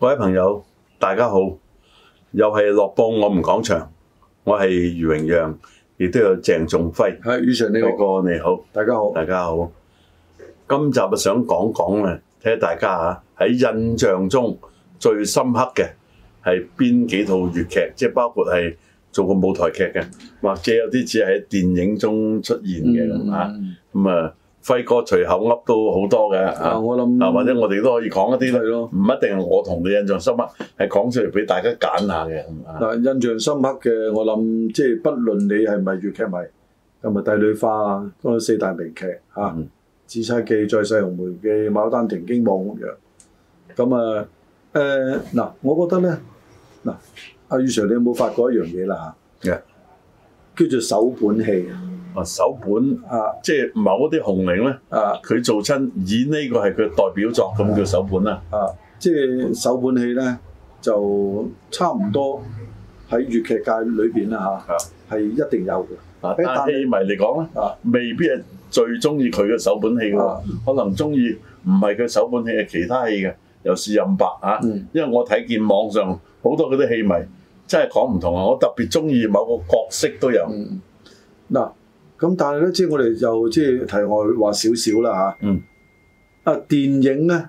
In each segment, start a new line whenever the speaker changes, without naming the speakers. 各位朋友，大家好！又係樂報我們講場，我係余榮陽，亦都有鄭仲輝。
係，宇常你好，
輝哥你好，
大家好。
大家好。今集啊想講講咧，睇下大家啊喺印象中最深刻嘅係邊幾套粵劇，即係包括係做過舞台劇嘅，或者有啲只係喺電影中出現嘅咁啊。
嗯
咁啊，輝哥隨口噏都好多嘅啊
啊，。我諗
啊，或者我哋都可以講一啲
係
咯，
咯。
唔一定係我同你印象深刻，係講出嚟俾大家揀下嘅。啊
嗱，印象深刻嘅，我諗即係不論你係咪粵劇迷，咁咪《帝女花》啊，嗰四大名劇嚇，啊《
嗯
紫釵記》《再世紅梅記》《牡丹亭》《驚夢》咁樣。咁啊，誒嗱，我覺得咧，嗱，阿宇 Sir，你有冇發覺一樣嘢啦
嘅
嚇？叫做手本戲
啊，首本
啊
即係某啲紅伶咧，
啊！
佢做親以呢個係佢代表作咁叫首本啦。
啊，即係首本戲咧，就差唔多喺粵劇界裏邊啦
啊
嚇，係一定有嘅。
啊，
誒
但係戲迷嚟講咧，
啊
未必係最中意佢嘅首本戲嘅喎
啊，
可能中意唔係佢首本戲，係其他戲嘅，尤是任白啊。
嗯
因為我睇見網上好多嗰啲戲迷真係講唔同啊，我特別中意某個角色都有。
嗯，嗱，咁但係咧，即係我哋又即係題外話少少啦嚇。
嗯。
啊，電影咧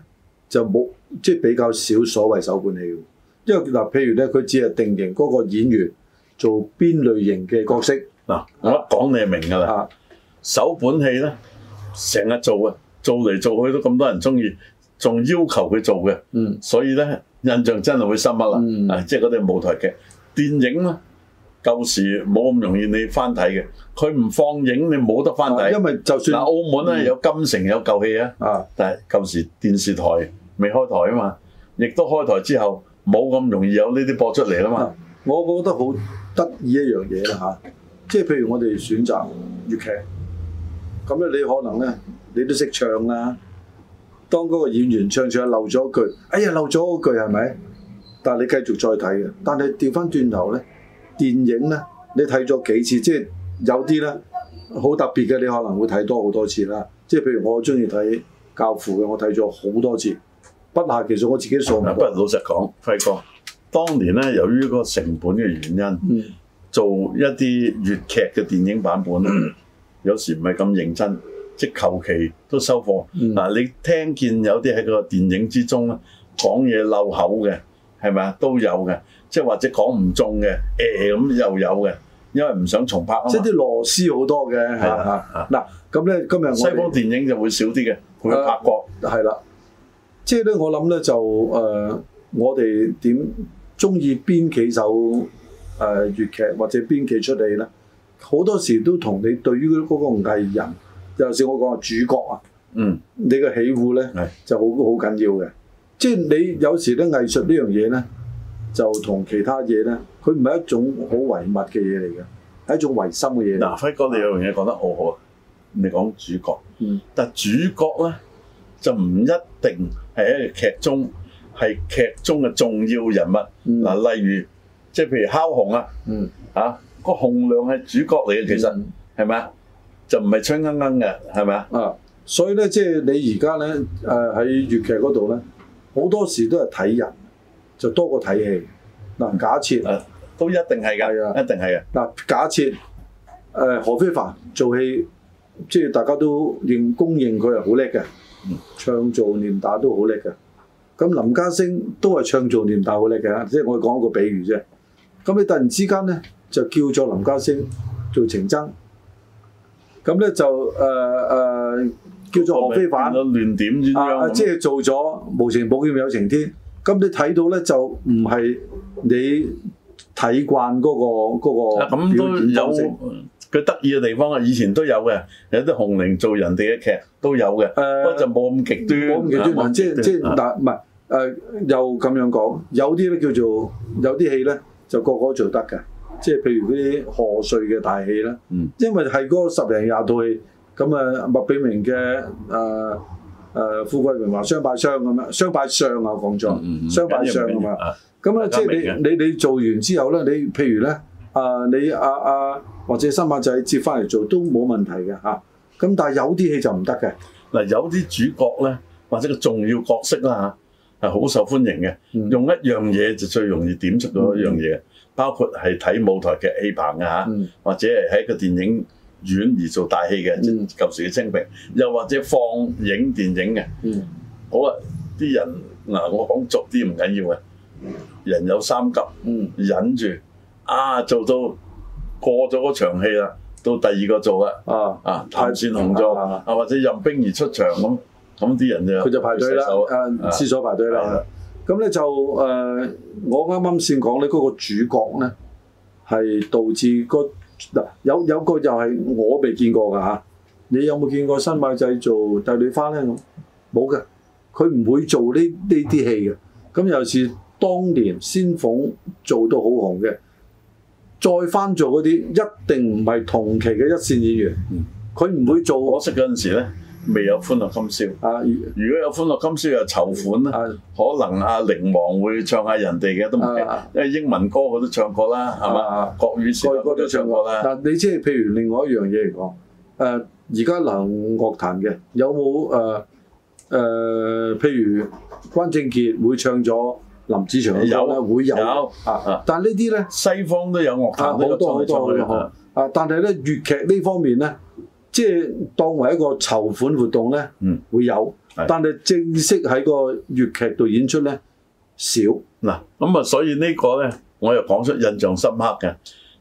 就冇即係比較少所謂首本戲喎，因為嗱，譬如咧，佢只係定型嗰個演員做邊類型嘅角色
嗱，我一講你就明㗎啦。
啊，
首本戲咧，成日做嘅，做嚟做去都咁多人中意，仲要求佢做嘅，
嗯。
所以咧印象真係會深刻啦。
嗯
啊，即係嗰啲舞台劇、電影咧，舊時冇咁容易你翻睇嘅，佢唔放映你冇得翻
啊
睇。
因為就
嗱，
算嗯
澳門咧有金城有舊戲啊，
啊，
但係舊時電視台未開台啊嘛，亦都開台之後冇咁容易有呢啲播出嚟啦啊
啊
嘛。
我覺得好得意一樣嘢啦嚇，即係譬如我哋選擇粵劇，咁咧你可能咧你都識唱啦。當嗰個演員唱唱漏咗一句，哎呀漏咗嗰句係咪？但係你繼續再睇嘅，但係調翻轉頭咧，電影咧你睇咗幾次，即係有啲咧好特別嘅，你可能會睇多好多次啦。即係譬如我中意睇教父嘅，我睇咗好多次，不下其數，我自己數唔
啊嗱，不過
過。
老實講，輝哥，當年咧由於個成本嘅原因。
嗯
做一啲粵劇嘅電影版本，
嗯
有時唔係咁認真，即求其都收貨。
嗯
嗱、你聽見有啲喺個電影之中咧講嘢漏口嘅，係咪啊？都有嘅，即係或者講唔中嘅，誒、咁又有嘅，因為唔想重拍啊嘛
即係啲螺絲好多嘅
係
嚇
啊
嚇。嗱咁咧，今日
西方
我
電影就會少啲嘅，佢會拍過
哋係啦，即係咧我諗咧就誒、呃我哋點中意邊幾首誒、呃、粵劇或者邊幾出戲咧？好多時都同你對於嗰個藝人，尤其是我講嘅主角啊，
嗯
你嘅喜
係
惡咧就好好緊要嘅。即係你有時咧藝術呢樣嘢咧，就同其他嘢咧，佢唔係一種好唯物嘅嘢嚟嘅，係一種唯心嘅嘢嚟嘅。
嗱，輝哥你有樣嘢講得好好啊，你講主角，
嗯
但主角咧就唔一定係喺劇中係劇中嘅重要人物。
嗯
嗱，例如即係譬如烤紅啊，
嗯。
啊個紅亮係主角嚟嘅，其實
嗯
係咪啊？就唔係吹鶯鶯嘅，係咪啊？
啊，所以咧，即係你而家咧，誒、喺粵劇嗰度咧，好多時都係睇人，就多過睇戲。嗱、假設
誒，啊都一定係
係
㗎，
啊
一定係嘅。
嗱、假設誒、呃何非凡做戲，即係大家都認公認佢係好叻嘅
嗯，
唱做念打都好叻嘅。咁林家聲都係唱做念打好叻嘅，即係我講一個比喻啫。咁你突然之間咧，就叫咗林家聲做情僧，咁咧就誒誒、叫做何非凡。
變咗亂點鴛鴦
啊，
咁
即係做咗無情寶劍有情天，咁你睇到咧就唔係你睇慣嗰、個嗰、
啊
個
咁都
表演方式
有佢得意嘅地方啊！以前都有嘅，有啲紅伶做人哋嘅劇都有嘅，
誒
不過就冇咁極端。
冇咁極端
啊
嗱，即係即係
啊
嗱，唔係誒又咁樣講，有啲咧叫做有啲戲咧就個個都做得嘅，即係譬如嗰啲賀歲嘅大戲啦，
嗯
因為係嗰十零廿套戲，咁啊麥比明嘅誒誒富貴榮華相拜相咁樣，相拜相啊講
嗯嗯嗯
咗，相拜相
緊要唔
啊
緊
嘛
要。啊
咁咧，即
大家
係你你你做完之後咧，你譬如咧，啊你啊啊或者新馬仔接翻嚟做都冇問題嘅嚇。咁但係有啲戲就唔得嘅，
嗱，有啲主角咧，或者個重要角色啦啊係好受歡迎嘅。
嗯
用一樣嘢就最容易點出到一樣嘢，包括係睇舞台劇戲棚嘅嚇，
嗯
或者係喺個電影院而做大戲嘅，即
嗯
係舊時嘅清平，又或者放映電影嘅。
嗯
好啊，啲人嗱，我講俗啲唔緊要嘅，人有三急，
嗯
忍住啊，做到過咗嗰場戲啦，到第二個做啦，
啊，
啊，譚善紅做
啊
啊，或者任冰兒出場咁，咁啲人就
佢就排隊啦，
洗手啊
誒廁所排隊
係啊
啦
啦。
咁咧就誒、呃我啱啱先講咧，嗰、個主角咧係導致個嗱有有個又係我未見過㗎嚇，你有冇見過新馬製做帝女花咧？咁冇嘅，佢唔會做呢呢啲戲嘅。咁尤其是當年仙鳳做到好紅嘅，再翻做嗰啲一定唔係同期嘅一線演員
嗯，
佢唔會
可
做
惜嗰陣時咧，未有歡樂今宵。
啊
如果有歡樂今宵又籌款咧，
啊
可能阿靈王會唱下人哋嘅都唔驚
啊，
因為英文歌佢都唱過啦，係嘛
啊？
國語詩
個
歌
個都
都
唱
唱
過
過
啦。
啦。
嗱，你即係譬如另外一樣嘢嚟講，誒而家流行樂壇嘅有冇誒誒？譬如關正傑會唱咗林子祥嘅歌咧，
有
會有
有
啊
啊。
但係呢啲咧
西方都有樂
啊，好
壇都有
多
唱
好
嚟
多好
唱
多
去
好
啊。
啊！但係咧粵劇呢方面咧，即係當為一個籌款活動咧，
嗯
會有，
係
但係正式喺個粵劇度演出咧少。
嗱，咁啊，所以呢個咧，我又講出印象深刻嘅，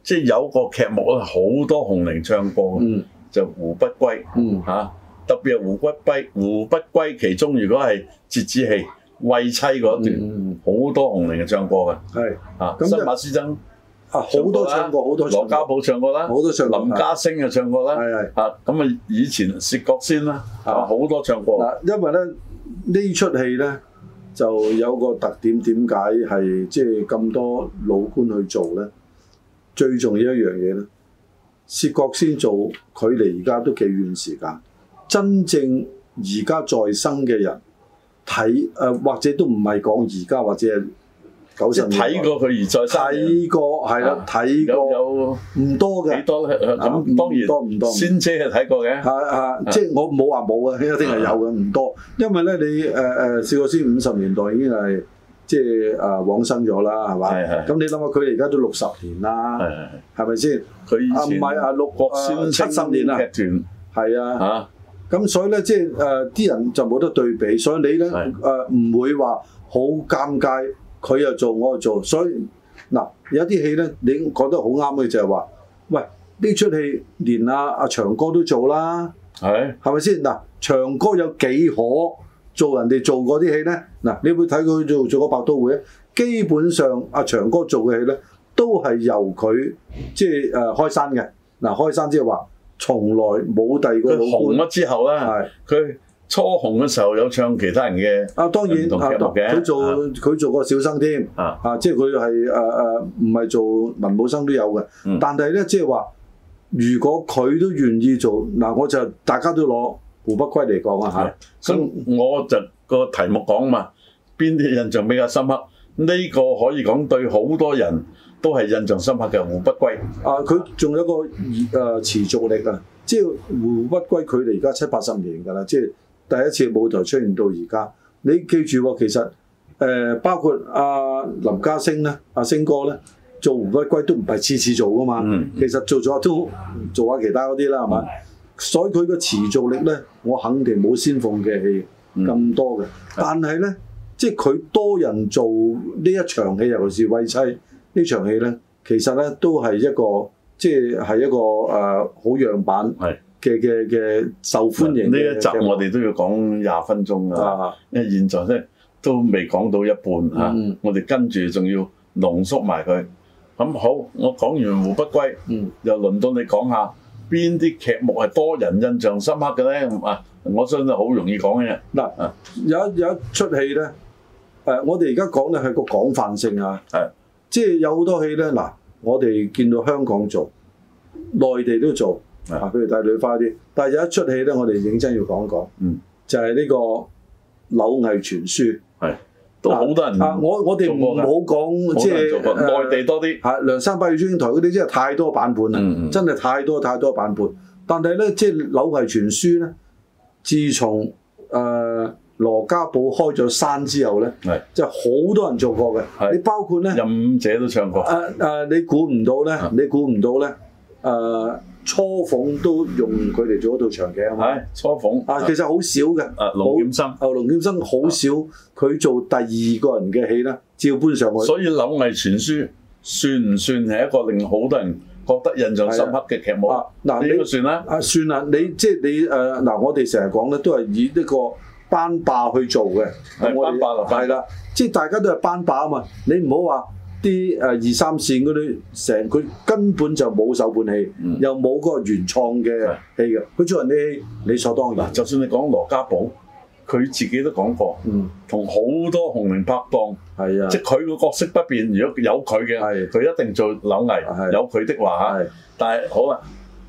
即係有個劇目咧，好多紅伶唱過嘅，
嗯
就胡不歸。
嗯
嚇、特別係胡不歸，胡不歸其中如果係折子戲為妻嗰段，好、
嗯嗯
多紅伶嘅唱過嘅
係
嚇，
咁
新
就
馬師曾
啊，好多唱過，好多
羅
唱
家
過，
寶唱過啦，
好多唱過
林家聲又唱過啦，
啊係係
啊咁啊以前薛覺先啦，
啊
啊好多唱過，
嗱，因為咧呢出戲咧就有個特點，點解係即係咁多老官去做咧？最重要一樣嘢咧，薛覺先做，距離而家都幾遠時間。真正而家在生嘅人睇誒、呃或者都唔係講而家，或者係九
即
十
係
年代
睇過佢而再生嘅，
睇過係啦
啊，
睇
有
過
有
唔多嘅
幾。多咧？咁
啊唔
當
多唔多
然先姐係睇過嘅，
啊啊！即係我冇話冇啊，一定係有嘅，唔多。因為咧，你誒誒試過先五十年代已經係即係誒往生咗啦，係嘛？
係係
咁你諗下，佢哋而家都六十年啦
係，係係
係咪先？
佢
啊
以
唔
前
係啊，六
國先
七十年啦，
劇
係
團。
啊
嚇
咁所以咧，即係誒啲人就冇得對比，所以你咧誒
係
唔會話好尷尬，佢又做我又做，所以嗱有啲戲咧，你講得好啱嘅就係話，喂呢出戲連阿阿長哥都做啦。
係。
係咪先？嗱，長哥有幾可做人哋做嗰啲戲咧？嗱，你會睇佢做做個百都會咧，基本上阿長哥做嘅戲咧，都係由佢即係誒呃開山嘅。嗱，開山即係話從來冇第二個
佢
老啊
紅啊
官。
咗之後
係
咧，佢初紅嘅時候有唱其他人嘅
啊，當然
唔同
啊，
劇目嘅
佢做佢做過小生添。
啊，
啊，即係佢係誒誒，唔係做文武生都有嘅。
嗯
但係咧，即係話，如果佢都願意做，嗱，我就大家都攞胡不歸嚟講啊嚇。
所以
咁
我就個題目講嘛，邊啲印象比較深刻？呢個可以講對好多人都係印象深刻嘅胡不歸，
啊，佢仲有一個誒、呃持續力啊，即係胡不歸距離而家七八十年㗎啦，即係第一次舞台出現到而家。你記住喎、其實誒、呃包括阿、林家聲咧，阿、星哥咧做胡不歸都唔係次次做㗎嘛，
嗯
其實做咗都做下其他嗰啲啦，係咪？所以佢個持續力咧，我肯定冇仙鳳嘅戲咁多嘅。但嗯係咧，即係佢多人做呢一場戲，尤其是為妻呢場戲咧，其實咧都係一個即係係一個誒好、樣板
係
嘅嘅嘅受歡迎
呢
嘅
一集
嘅
我哋都要講廿分鐘啊，
啊
因為現在咧都未講到一半嚇，
嗯
我哋跟住仲要濃縮埋佢。咁好，我講完胡不歸，
嗯
又輪到你講下邊啲劇目係多人印象深刻嘅咧？咁啊，我相信好容易講嘅。
嗱
啊
有一有一出戲咧誒、我哋而家講咧係個廣泛性啊，
係
即係有好多戲咧嗱，我哋見到香港做，內地都做
係
啊，譬如《帝女花》啲，但係有一出戲咧，我哋認真要講一講，
嗯，
就係呢個《柳毅傳書》。
係都好多人
啊！我我哋
做
唔
過㗎
好
好
講即
多人做
係呃
過，
誒
內地多啲。
嚇啊梁山伯與祝英台嗰啲，真係太多版本啦，
嗯嗯
真係太多太多版本。但係咧，即係《柳毅傳書》咧，自從誒、呃羅家寶開咗山之後咧，
係
就好多人做過嘅。
係
你包括咧，誒
任五姐都唱過，
誒，你估唔到咧
啊，
你估唔到咧，誒初鳳都用佢嚟做一套長劇啊嘛。
係初鳳
啊，其實好少嘅。
啊龍劍啊生
好啊，龍劍生好少佢做第二個人嘅戲啦，照搬上去。
所以《柳毅傳書》算唔算係一個令好多人覺得印象深刻嘅劇目？
啊嗱
呢
你
個算啦，
啊，算啦，你即係你誒呃嗱、我哋成日講咧，都係以呢個班霸去做嘅，
係
我哋
班霸啦
係啦，即係大家都係班霸啊嘛。你唔好話啲誒呃二三線嗰啲，成佢根本就冇手本戲，
嗯
又冇嗰個原創嘅戲嘅，佢做人哋戲理所當然
嗱，。就算你講羅家寶，佢自己都講過，
嗯，
同好多紅伶拍檔，
係啊
即，係佢個角色不變。如果有佢嘅
係，
佢一定做柳
係
毅；有佢的話嚇，
係
但係好啦，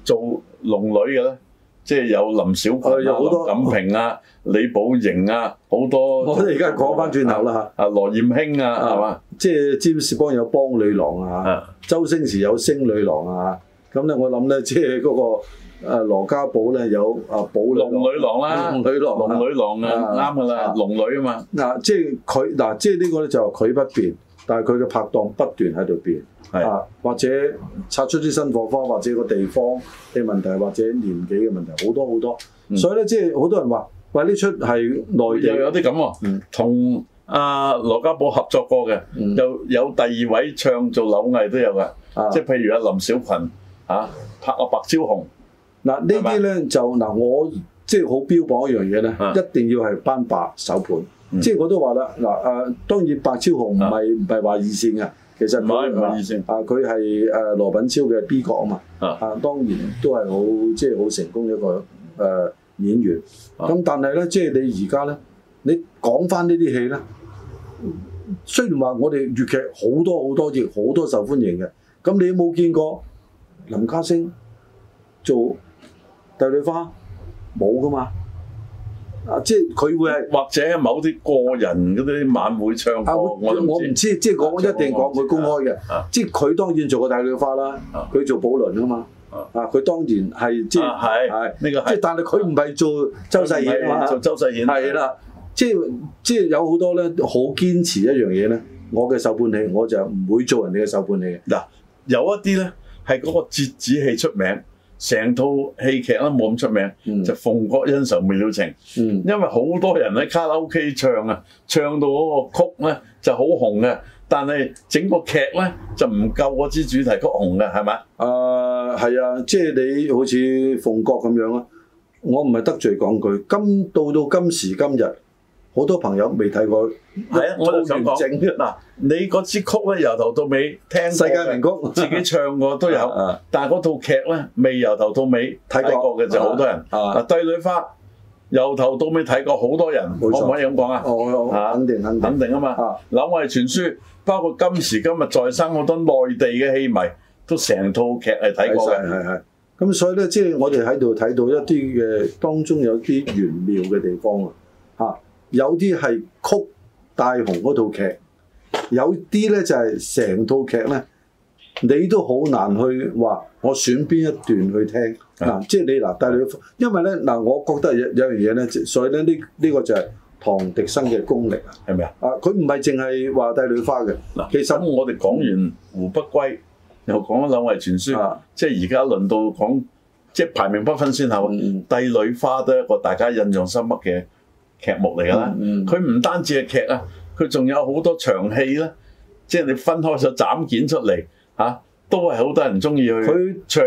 做龍女嘅咧。即係有林小群啊、
啊有好多
林錦平啊、李寶瑩啊，好多。
我哋而家講翻轉頭啦嚇
啊，羅艷卿啊，係嘛？
即係詹士邦有邦女郎啊。
啊，
周星馳有星女郎啊，咁咧我諗咧，即係嗰個誒羅家寶咧有啊寶女
龍女郎啦，
龍女郎啊
龍女郎啊，
啊
啱噶啦，
啊
龍女啊嘛，
嗱，即係佢嗱，即係呢個咧就佢不變，但係佢嘅拍檔不斷喺度變
係
啊，或者擦出啲新火花，或者個地方嘅問題，或者年紀嘅問題，好多好多，
嗯
所以咧即係好多人話，喂呢出係內
又
地
有啲咁
嗯
喎，同阿羅家寶合作過嘅，
嗯
又有第二位唱做柳毅都有嘅，
啊
即係譬如阿林小群嚇拍阿白超紅，
嗱呢啲咧就嗱我即係好標榜一樣嘢咧
啊，
一定要係班霸首盤。
嗯
即係我都話啦，嗱誒，當然白超雄唔
啊
係唔係話二線嘅，其實
唔係
佢
唔係二線
啊，佢係誒羅品超嘅 B 角啊嘛，
啊
啊當然都係好即係好成功嘅一個誒演員。
啊
咁但係咧，即係你而家咧，你講翻呢啲戲咧，雖然話我哋粵劇好多好多亦好多受歡迎嘅，咁你有冇見過林家聲做帝女花冇噶嘛？啊，即係佢會係。
或者某啲個人嗰啲晚會唱
啊！
過，
我
我都
我唔知，即係講
啊
我一
即係
定
我
講
唔知
佢公開嘅
啊，
即係佢當然做過大女花啦
啊，
佢做寶輪啊嘛，
啊
啊佢當然係即
啊係
係
呢個係
即係但係佢唔係做周世
佢唔
賢
係
啊嘛，
做周世賢
係啦，即係即係有好多咧好堅持一樣嘢咧，我嘅手本戲我就唔會做人哋嘅手本戲嘅，
嗱，有一啲咧係嗰個折子戲出名，成套戲劇都冇咁出名，
嗯
就馮國恩仇未了情。
嗯
因為好多人喺卡拉 OK 唱啊，唱到嗰個曲咧就好紅嘅，但係整個劇咧就唔夠嗰支主題曲紅嘅，係咪？
啊係啊，即係你好似馮國咁樣啊，我唔係得罪講句，今到到今時今日，好多朋友未睇過，
係啊，我就想講
做完整
嗱，你嗰支曲咧由頭到尾聽過嘅
世界名曲
自己唱過都 有，
啊
但係嗰套劇咧未由頭到尾
睇過
嘅就好多人。
啊
嗱，帝女花由頭到尾睇過好多人，可
冇錯
唔可以咁講啊？
我我
啊
哦肯定肯定
肯。定啊嘛
啊，
柳毅傳書，包括今時今日在生好多內地嘅戲迷都成套劇係睇過嘅。
係係。咁所以咧，即係我哋喺度睇到一啲嘅當中有啲玄妙嘅地方啊！嚇，有啲係曲帶紅嗰套劇，有啲咧就係成套劇咧，你都好難去話我選邊一段去聽
啊
嗱、即係你嗱帶你，因為咧嗱、我覺得有有樣嘢咧，即所以咧呢呢、個就係唐迪生嘅功力啊！
係咪啊？
啊，佢唔係淨係話帝女花嘅，
嗱，
其實
咁我哋講完湖北歸，又講咗兩位傳書，
啊
即係而家輪到講，即係排名不分先後。
嗯
帝女花都係一個大家印象深刻嘅劇目嚟㗎啦。
嗯嗯
佢唔、單止係劇啊，佢仲有好多場戲咧，即係你分開咗斬件出嚟嚇、啊都係好多人中意去
佢
唱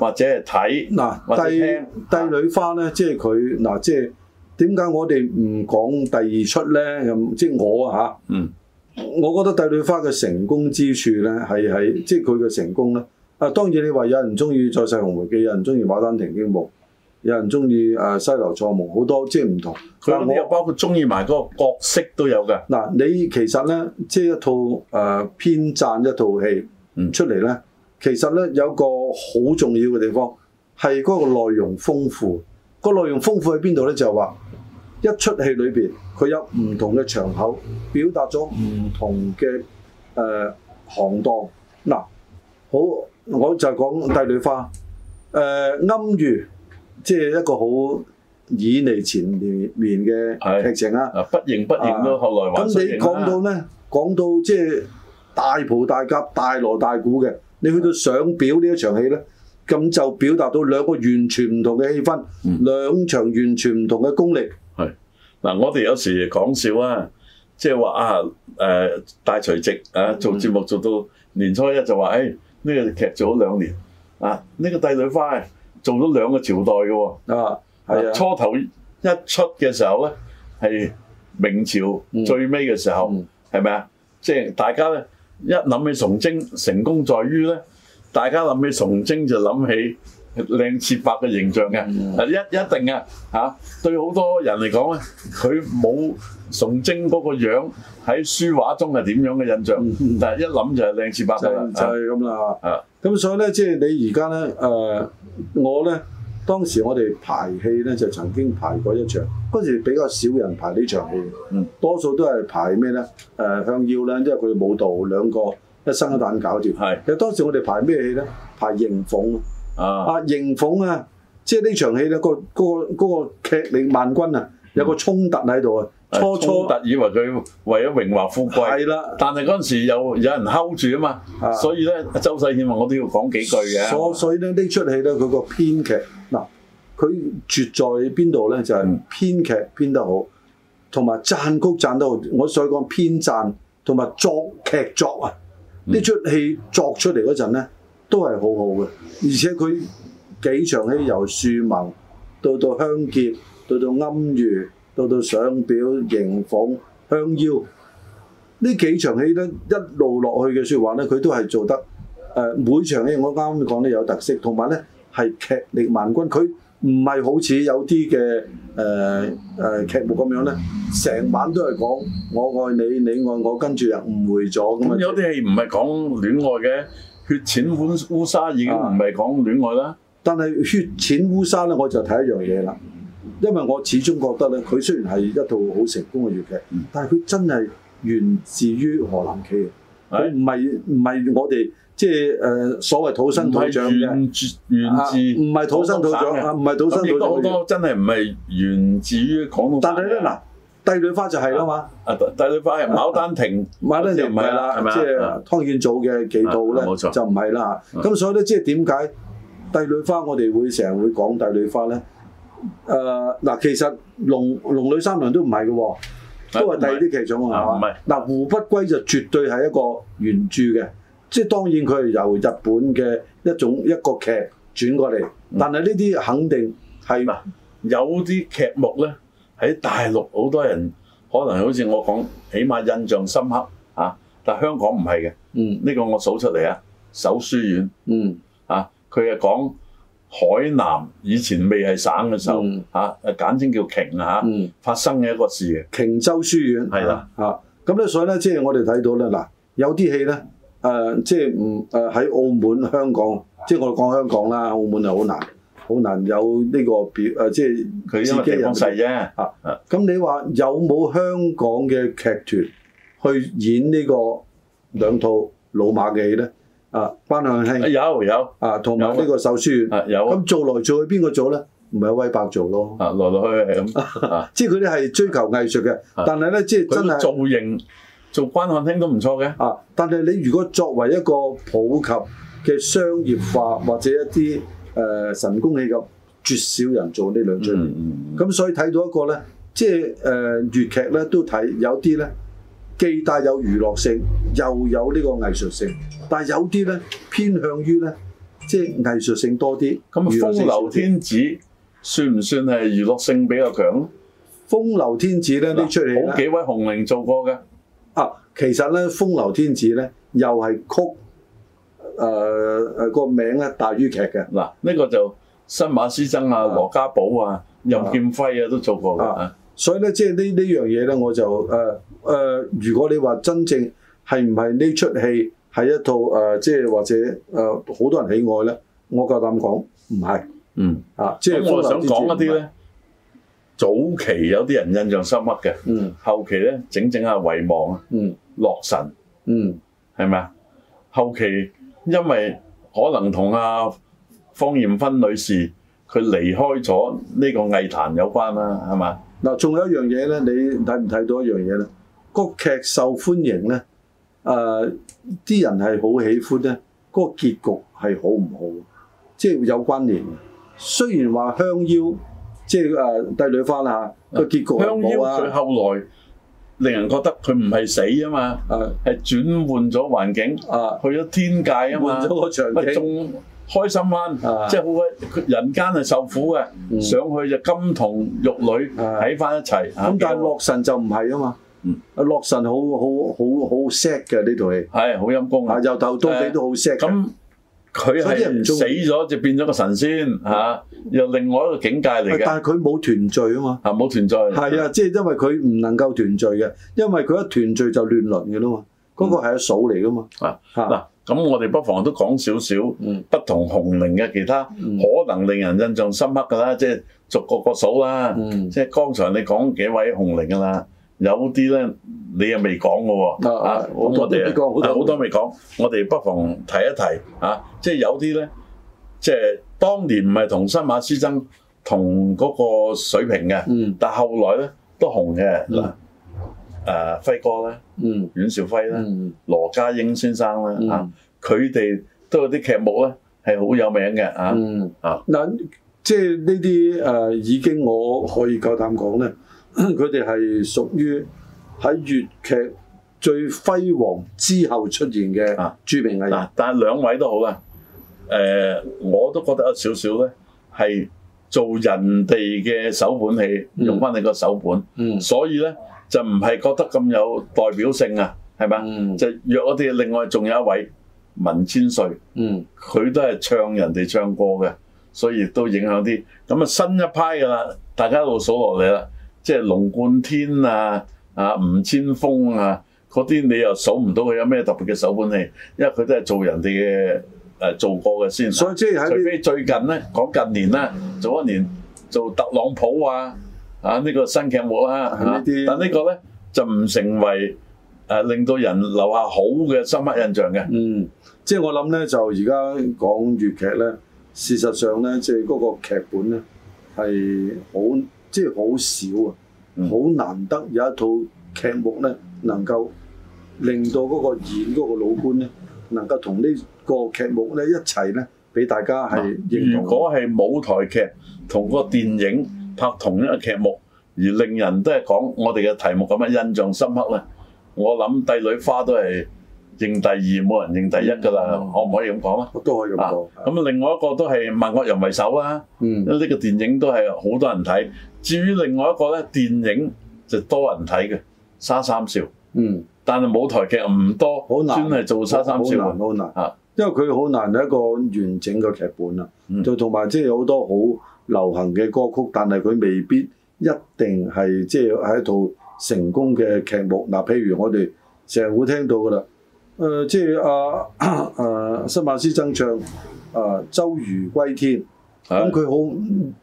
或者係睇
嗱，
或者
帝
聽。
帝女花咧，即係佢嗱，即係點解我哋唔講第二出咧？咁即係我啊
嗯
嚇，我覺得帝女花嘅成功之處咧，係喺即係佢嘅成功咧。啊，當然你話有人中意《再世紅梅記》，有人中意《牡丹亭驚夢》，有人中意誒《西樓錯夢》，好多即係唔同。
佢
但
嗰啲又
我
包括中意埋嗰個角色都有㗎。
嗱，你其實咧，即係一套誒、呃、編撰一套戲、
嗯
出嚟咧，其實咧有個好重要嘅地方係嗰個內容豐富。個內容豐富喺邊度咧？就係話一出戲裏邊，佢有唔同嘅場口，表達咗唔同嘅誒、呃行當。嗱，好，呃我就講帝女花。誒、暗喻，即係一個好以嚟前面面嘅
係
劇情啊。
啊不認不認都
啊
後來
咁
還
你講到咧，講到即係大袍大甲、大羅大鼓嘅，你去到上表呢一場戲咧，咁就表達到兩個完全唔同嘅氣氛，
嗯
兩場完全唔同嘅功力。
嗱，我哋有時講笑啊，即係話啊，誒、大除夕啊，做節目做到年初一就話，誒、哎呢、個劇做咗兩年啊，呢、個帝女花做咗兩個朝代嘅喎、
啊，係啊，
初頭一出嘅時候咧，係明朝
嗯
最尾嘅時候
嗯，
係咪啊？即係大家咧一諗起崇禎，成功在於咧，大家諗起崇禎就諗起靚切白嘅形象嘅，
嗯
啊一一定啊嚇。對好多人嚟講咧，佢冇崇禎嗰個樣喺書畫中係點樣嘅印象，
嗯嗯
但係一諗就係靚切白㗎
就係
啦。
就係咁啦。
啊
咁所以咧，即係你而家咧，誒、我咧當時我哋排戲咧就曾經排過一場，嗰時比較少人排呢場戲，
嗯、
多數都係排咩呃咧？誒、香腰啦，因為佢哋舞蹈兩個一生一旦搞掂。
係
其實當時我哋排咩戲咧？排迎鳳
啊，
啊，迎鳳啊，即係呢場戲咧，個嗰、個嗰、個劇力萬軍啊，有個衝突喺度啊，初
嗯
初
衝突以為佢為咗榮華富貴。
係啦。
但係嗰陣時又有人 hold 住啊嘛，
啊
所以咧周世憲話我都要講幾句嘅。
所所以咧呢出戲咧，佢個編劇嗱，佢絕在邊度咧？就係、
嗯
編劇編得好，同埋讚曲讚得好。我所以講編讚同埋作劇作啊，
嗯
呢出戲作出嚟嗰陣咧，都係好好嘅。而且佢幾場戲由樹盟到到香結，到到庵遇，到到上表迎鳳香腰。呢幾場戲咧一路落去嘅説話咧，佢都係做得誒、呃每場戲我啱啱講咧有特色，同埋咧係劇力萬鈞，佢唔係好似有啲嘅誒誒劇目咁樣咧，成晚都係講我愛你，你愛我，跟住又誤會咗咁
咁有
啊！
啲戲唔係講戀愛嘅，血錢烏烏沙已經唔係講戀愛啦。
但係血錢烏沙咧，我就睇一樣嘢啦，因為我始終覺得咧，佢雖然係一套好成功嘅粵劇，
嗯
但係佢真係源自於河南劇。佢
係
唔係唔係我哋即係誒所謂土生土長嘅，
源自源
啊
自
唔係土生土長
廣東省嘅
啊，唔係土生
咁
土
亦
長
都好
嘅。
多真係唔係源自於廣東省嘅。
但係咧嗱，帝女花就係啦嘛，
啊，帝女花係牡丹亭
馬德
就
就唔係
係咪
啦，
啊
即
啊
係湯顯祖嘅幾套
啊
咧
冇錯
就唔係啦。
啊
咁所以咧，即係點解帝女花我哋會成日會講帝女花咧？誒嗱，其實龍龍女三娘都唔係嘅喎，都係第二啲劇種
啊
係
唔係
嘛？嗱，胡不歸就絕對係一個原著嘅，即係當然佢係由日本嘅一種一個劇轉過嚟，
嗯
但係呢啲肯定係
嗱有啲劇目咧喺大陸好多人可能好似我講，起碼印象深刻啊，但香港唔係嘅。
嗯
呢個我數出嚟啊，首書院
嗯
啊，佢係講海南以前未係省嘅時候
嗯
啊，誒簡稱叫瓊啊嚇，
嗯，
發生嘅一個事
瓊州書院
係啦
嚇，咁咧所以咧即係我哋睇到咧嗱，有啲戲咧誒即係唔誒喺澳門、香港，即係我哋講香港啦，澳門係好難好難有呢個表誒呃即係
嘅，佢因為地方細啫，
咁你話有冇香港嘅劇團去演呢個兩套老馬嘅戲咧？啊，關向
啊
興
有有
啊，同埋呢個手書院。
啊有啊
咁做來做去邊個做咧？唔係威伯做咯，
啊來來去去係 咁啊，
即係佢哋係追求藝術嘅
啊，
但係咧即係真
佢
係
造型做關漢卿都唔錯嘅，
啊！但係你如果作為一個普及嘅商業化或者一啲誒、呃神功戲咁，絕少人做呢兩出戲。
嗯嗯
咁所以睇到一個咧，即係誒、呃、粵劇咧都睇有啲咧，既帶有娛樂性，又有呢個藝術性，但係有啲咧偏向於咧，即係藝術性多啲。
咁啊
娛
風
樂性少
流
啲
天子算唔算係娛樂性比較強？
風流天子咧呢出戲
好
咧
幾位紅伶做過嘅，
啊，其實咧風流天子咧又係曲誒誒個名咧大於劇嘅。
嗱呢個就新馬師曾啊、
啊
羅家寶啊、任劍輝啊都做過嘅
啊
啊。
所以咧，即係呢呢樣嘢咧，我就誒誒、呃呃如果你話真正係唔係呢出戲係一套誒、呃即係或者誒好、多人喜愛咧，我夠膽講唔係
嗯，
啊，即
即
係
係我想講一啲
風流之子唔係，
咧，早期有啲人印象深刻嘅，
嗯
後期咧整整下遺忘啊、
嗯
洛神
嗯
係咪啊？後期因為可能同阿方艷芬女士佢離開咗呢個藝壇有關啦，係嘛？
嗱，仲有一樣嘢咧，你睇唔睇到一樣嘢咧？個劇受歡迎咧，誒、啲人係好喜歡咧，嗰、個結局係好唔好？即係有關聯嘅。雖然話香夭，即係誒、呃帝女花啦嚇，個結局係
香
唔
夭
好啊
佢。後來令人覺得佢唔係死啊嘛，
誒
係轉換咗環境，
啊，
去咗天界啊嘛
換，咗個
咪
場景，
仲開心翻，
啊
即係好鬼佢人間係受苦嘅，
嗯
上去就金童玉女
啊
喺翻一齊。
咁但係洛神就唔係啊嘛
嗯。
啊洛神好好好好 sad 嘅呢套戲，
係好陰功啊
啊！由頭到尾都好 sad 嘅。
咁佢
所以啲人唔
係
中意嗯
死咗就變咗個神仙嚇、啊又另外一個境界嚟嘅，
但係佢冇團聚啊嘛。
嚇冇存在。
係 啊，即係因為佢唔能夠團聚嘅，因為佢一團聚就亂倫嘅啦嘛。嗰、個係阿嫂嚟噶嘛。
啊
嚇
嗱，咁我哋不妨都講少少
嗯
不同紅伶嘅其他、
嗯
可能令人印象深刻㗎啦，即係逐個個數啦。
嗯
即係剛才你講幾位紅伶㗎啦，有啲咧你又未講㗎喎。
啊
咁
好多
我哋
未講好多
啊好多未講，我哋不妨提一提啊，即係有啲咧，即係當年唔係同新馬師曾同嗰個水平嘅，
嗯
但後來咧都紅嘅嗱
嗯，
誒輝哥咧，
嗯
阮兆輝咧。
嗯
羅家英先生咧
嗯
嚇，佢哋都有啲劇目咧係好有名嘅嚇。
嗯
啊
嗱，即係呢啲誒已經我可以夠膽講咧， 佢哋係屬於喺粵劇最輝煌之後出現嘅
啊
著名藝人。
嗱，但係兩位都好啦，誒、我都覺得有少少咧係做人哋嘅手本戲，
嗯
用翻你個手本，
嗯
所以咧就唔係覺得咁有代表性啊，係咪？
嗯
就約我哋另外仲有一位文千歲，
嗯
佢都係唱人哋唱歌嘅，所以亦都影響啲。咁啊，新一派噶啦，大家一路數落嚟啦，即係龍冠天啊、啊吳千峰啊嗰啲，你又數唔到佢有咩特別嘅手本戲，因為佢都係做人哋嘅誒做過嘅先。啊
所以即係喺
除
呢
非最近咧，講近年啦，早一年做特朗普啊，啊呢、個新劇目啦、
係呢啲
但呢個咧就唔成為誒、令到人留下好嘅深刻印象嘅。
嗯，即係我諗咧，就而家講粵劇咧，事實上咧，即係嗰個劇本咧係好，即係好少啊，
嗯
好、難得有一套劇目咧能夠令到嗰個演嗰個老官咧能夠同呢個劇目咧一齊咧俾大家係認
啊如
同。
果係舞台劇同個電影拍同一個劇目，而令人都係講我哋嘅題目咁樣印象深刻咧，我諗帝女花都係認第二，冇人認第一㗎啦，
嗯
可唔可以咁講啊？
我都可以咁
啊
講，，
咁另外一個都係萬惡人為首啦，
嗯
因為呢個電影都係好多人睇。至於另外一個咧，電影就多人睇嘅《沙三少》，
嗯，
但係舞台劇唔多，
好難
專係做《沙三少》
好難好難。
啊，
因為佢好難有一個完整嘅劇本啦
嗯，
就同埋即係有好多好流行嘅歌曲，但係佢未必一定係即係喺一套成功嘅劇目。嗱，譬如我哋成日會聽到噶啦，誒、即係啊 啊新馬師曾唱啊周瑜歸天，咁佢好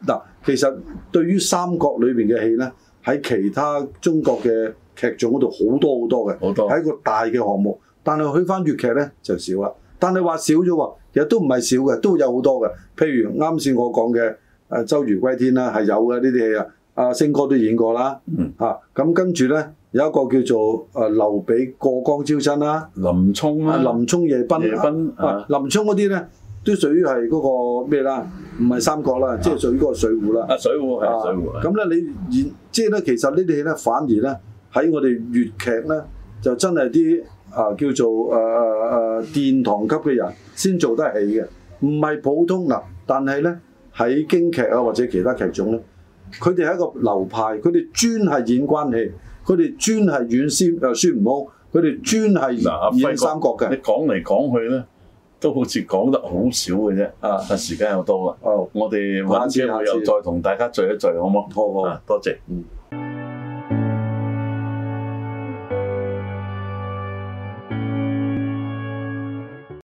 嗱，其實對於三國裏邊嘅戲咧，喺其他中國嘅劇種嗰度好多好多嘅。
好多
係一個大嘅項目，但係去翻粵劇咧就少啦。但係話少咗喎，其實都唔係少嘅，都有好多嘅。譬如啱先我講嘅誒《周瑜歸天》啦，係有嘅呢啲戲啊。阿星哥都演過啦，
嗯
嚇咁、跟住咧有一個叫做誒、呃劉備過江招親啦，
林沖
啊
啦、
林沖夜奔
嗯夜奔
啊
啊，
林沖嗰啲咧都屬於係嗰個咩啦，唔係三國啦，即係屬於嗰個水滸啦。
啊水滸係
啊
水滸。
咁咧，你現即係咧，其實呢啲戲咧，反而咧喺我哋粵劇咧，就真係啲啊叫做誒誒誒殿堂級嘅人先做得起嘅，唔係普通嗱。但係咧喺京劇啊或者其他劇種咧，佢哋係一個流派，佢哋專係演關戲，佢哋專係呃演孫誒孫悟空，佢哋專
嗱，阿
係
輝哥
演三國
你
嘅。
講嚟講去咧，都好似講得好少嘅啫。
啊
啊，時間又到啦，
哦，
我哋揾機會又再同大家聚一聚，好唔好？
好好。
啊，多謝。
嗯